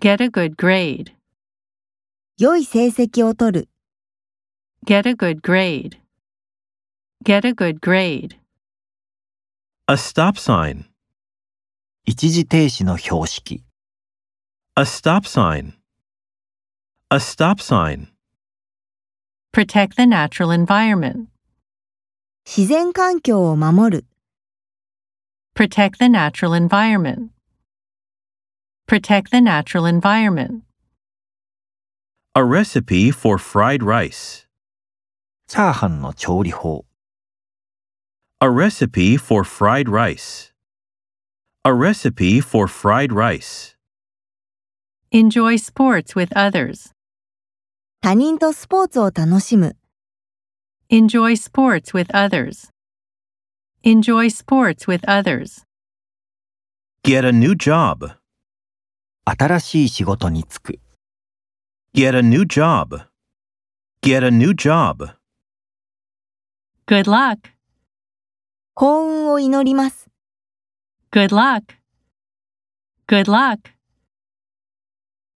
Get a good grade. 良い成績を取る、 Get a good grade. Get a good grade. A stop sign. 一時停止の標識。 A stop sign. A stop sign. Protect the natural environment. 自然環境を守る、 Protect the natural environment. Protect the natural environment. A recipe for fried rice. チャーハンの調理法。 A recipe for fried rice. A recipe for fried rice. Enjoy sports with others. 他人とスポーツを楽しむ、 Enjoy sports with others. Enjoy sports with others. Get a new job. 新しい仕事に就く。 Get a new job. Get a new job. Good luck. 幸運を祈ります。 Good luck. Good luck.